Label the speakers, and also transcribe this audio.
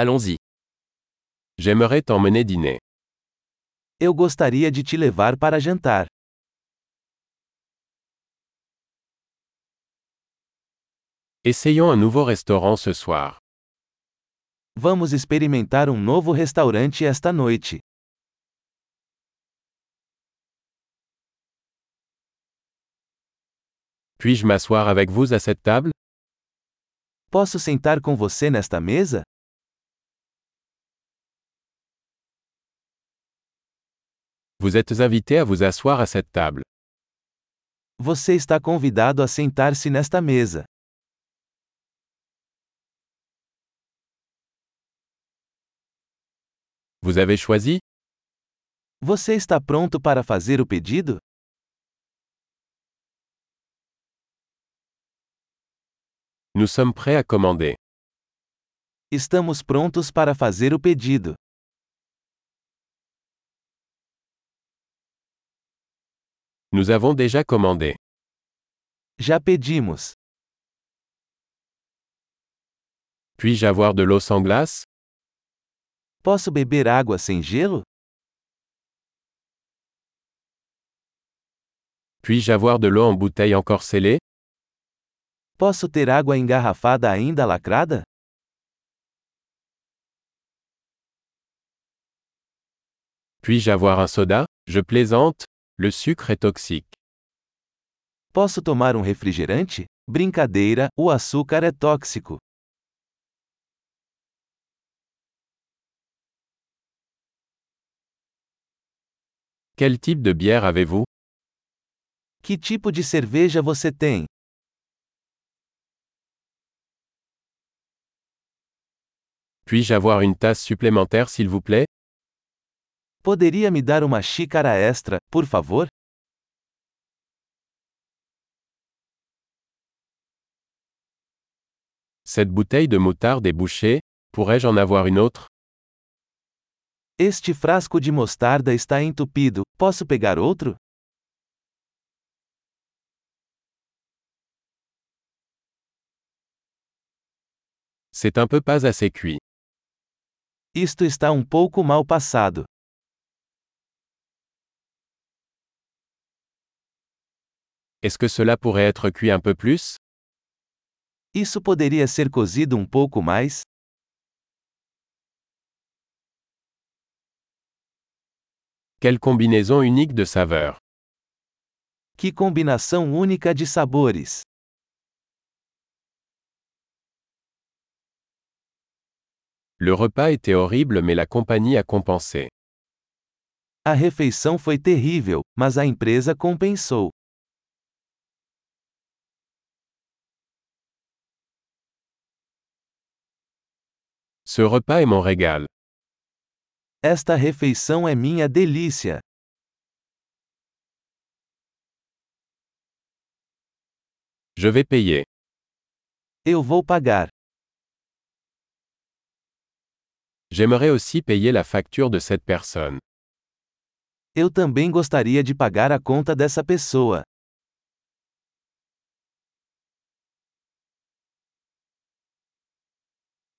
Speaker 1: Allons-y. J'aimerais t'emmener dîner.
Speaker 2: Eu gostaria de te levar para jantar.
Speaker 1: Essayons un nouveau restaurant ce soir.
Speaker 2: Vamos experimentar um novo restaurante esta noite.
Speaker 1: Puis-je m'asseoir avec vous à cette table
Speaker 2: Posso sentar com você nesta mesa?
Speaker 1: Vous êtes invité à vous asseoir à cette table.
Speaker 2: Você está convidado a sentar-se nesta mesa.
Speaker 1: Vous avez choisi
Speaker 2: Você está pronto para fazer o pedido?
Speaker 1: Nous sommes prêts à commander.
Speaker 2: Estamos prontos para fazer o pedido.
Speaker 1: Nous avons déjà commandé.
Speaker 2: Já pedimos.
Speaker 1: Puis-je avoir de l'eau sans glace
Speaker 2: Posso beber água sem gelo?
Speaker 1: Puis-je avoir de l'eau en bouteille encore scellée
Speaker 2: Posso ter água engarrafada ainda lacrada?
Speaker 1: Puis-je avoir un soda Je plaisante. Le sucre est toxique.
Speaker 2: Posso tomar um refrigerante? Brincadeira, o açúcar é tóxico.
Speaker 1: Quel type de bière avez-vous
Speaker 2: Que tipo de cerveja você tem?
Speaker 1: Puis-je avoir une tasse supplémentaire s'il vous plaît
Speaker 2: Poderia me dar uma xícara extra, por favor?
Speaker 1: Cette bouteille de moutarde est bouchée. Pourrais-je en avoir une autre
Speaker 2: Este frasco de mostarda está entupido. Posso pegar outro?
Speaker 1: C'est un peu pas assez cuit.
Speaker 2: Isto está um pouco mal passado.
Speaker 1: Est-ce que cela pourrait être cuit un peu plus
Speaker 2: Isso poderia ser cozido um pouco mais?
Speaker 1: Quelle combinaison unique de saveurs
Speaker 2: Que combinação única de sabores!
Speaker 1: Le repas était horrible mais la compagnie a compensé.
Speaker 2: A refeição foi terrível, mas a empresa compensou.
Speaker 1: Ce repas est mon régal.
Speaker 2: Esta refeição é minha delícia.
Speaker 1: Je vais payer.
Speaker 2: Eu vou pagar.
Speaker 1: J'aimerais aussi payer la facture de cette personne.
Speaker 2: Eu também gostaria de pagar a conta dessa pessoa.